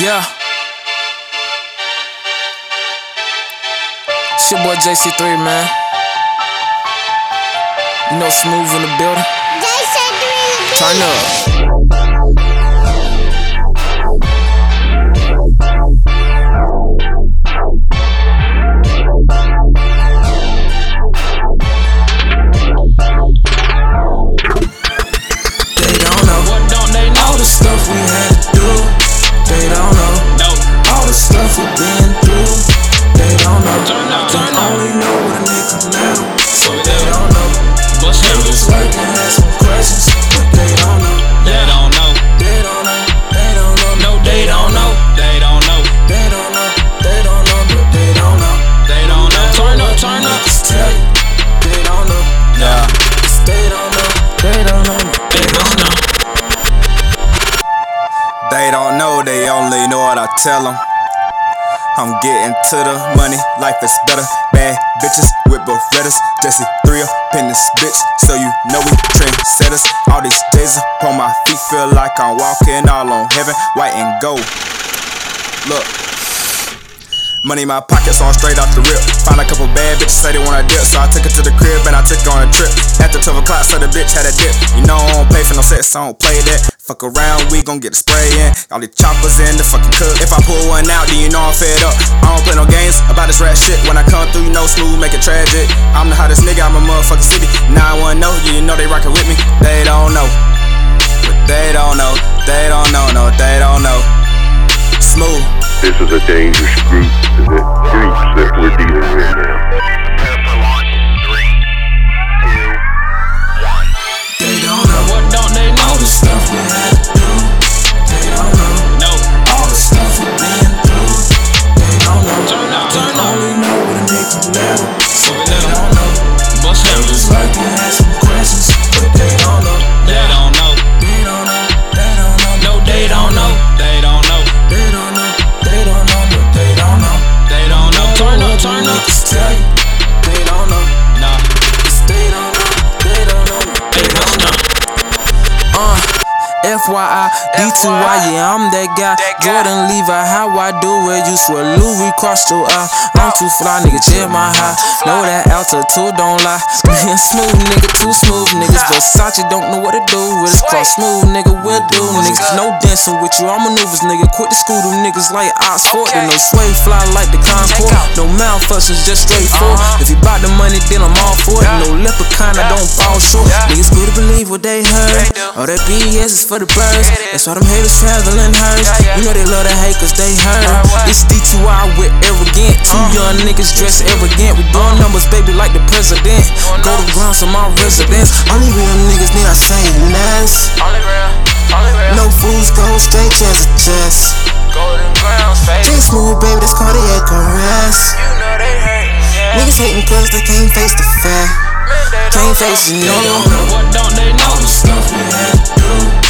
Yeah. It's your boy JC3, man. You know, smooth in the building. Turn up. They don't know What don't they know? all the stuff we had to do. They don't know No. all the stuff we've been through. They don't know. Turn up, They turn up. only know what a nigga metal. So What they they- don't know. Bust They your was working, had some questions, but they don't know. They don't know. They don't know. They don't know. No, they don't know. They don't know. They don't know. They don't know. No, they don't know. They don't know. Turn up, turn up. Niggas tell you. They don't know. Yeah. They don't know. They don't know. No, They must know. They don't know, they only know what I tell them. I'm getting to the money, life is better. Bad bitches with Berettas, Jesse three up in this bitch, so you know we trendsetters. All these days up on my feet feel like I'm walking all on heaven, white and gold. Look. Money in my pocket, so I'm straight off the rip. Find a couple bad bitches, say they wanna dip. So I took her to the crib and I took her on a trip. After 12 o'clock, so the bitch had a dip. You know I don't pay for no sex, so I don't play that. Fuck around, we gon' get a spray in. All these choppers in the fucking cook. If I pull one out, then you know I'm fed up. I don't play no games about this rap shit. When I come through, you know smooth, make it tragic. I'm the hottest nigga, I'm a motherfucking city. 910, yeah, you know they rockin' with me. They don't know. But they don't know. They don't know, no, they don't know. Smooth. This is a dangerous group, the groups that we're dealing with now. Prepare for launch in three, two, one. They don't know What don't they know? all the stuff we had to do. They don't know. No. All the stuff we've been through, they don't know. Turn up, They turn up. only know what a nigga metal. So What they they don't know. Bust They your was lurking, had some questions, but they don't know. They don't know. They don't know. They don't know. No, they don't know. They don't know. They don't know. They don't know. No, they don't know. They don't know. Turn up, turn up. Niggas tell you, they don't know. Nah. They don't know. They don't know. No, They they don't must know. know. Uh, FYI, D2Y, yeah, I'm that guy. Jordan Levi, how I do it. You swear Louis crossed your eye. I'm too fly, nigga, check my high. Know that altitude don't lie. Me and smooth, nigga, too smooth, niggas. Versace don't know what to do with us. Cross smooth, nigga, we'll do, niggas. No dancing with you, I'm maneuvers, nigga. Quit the school, them niggas like Oxford. And no sway fly like the Concord. No malfunctions, just straightforward. If you buy the money, then I'm all for it. No leprechaun, I don't fall short. Niggas really believe what they heard. All that BS is for the birds. That's why them haters traveling hers. You know they love to hate cause they heard. This D2I with arrogant. Two young niggas dressed arrogant. We doing numbers, baby, like the president. Go to grounds on my residence. Only real niggas need I say less. Only real, only real. No fools go straight chest to chest. Golden grounds, face. J smooth, baby, that's cardiac arrest. You know they hurt, yeah. Niggas hating cause they can't face the fact. Man, they Can't don't face it, no, no, no. What don't they know? All the stuff we had to do,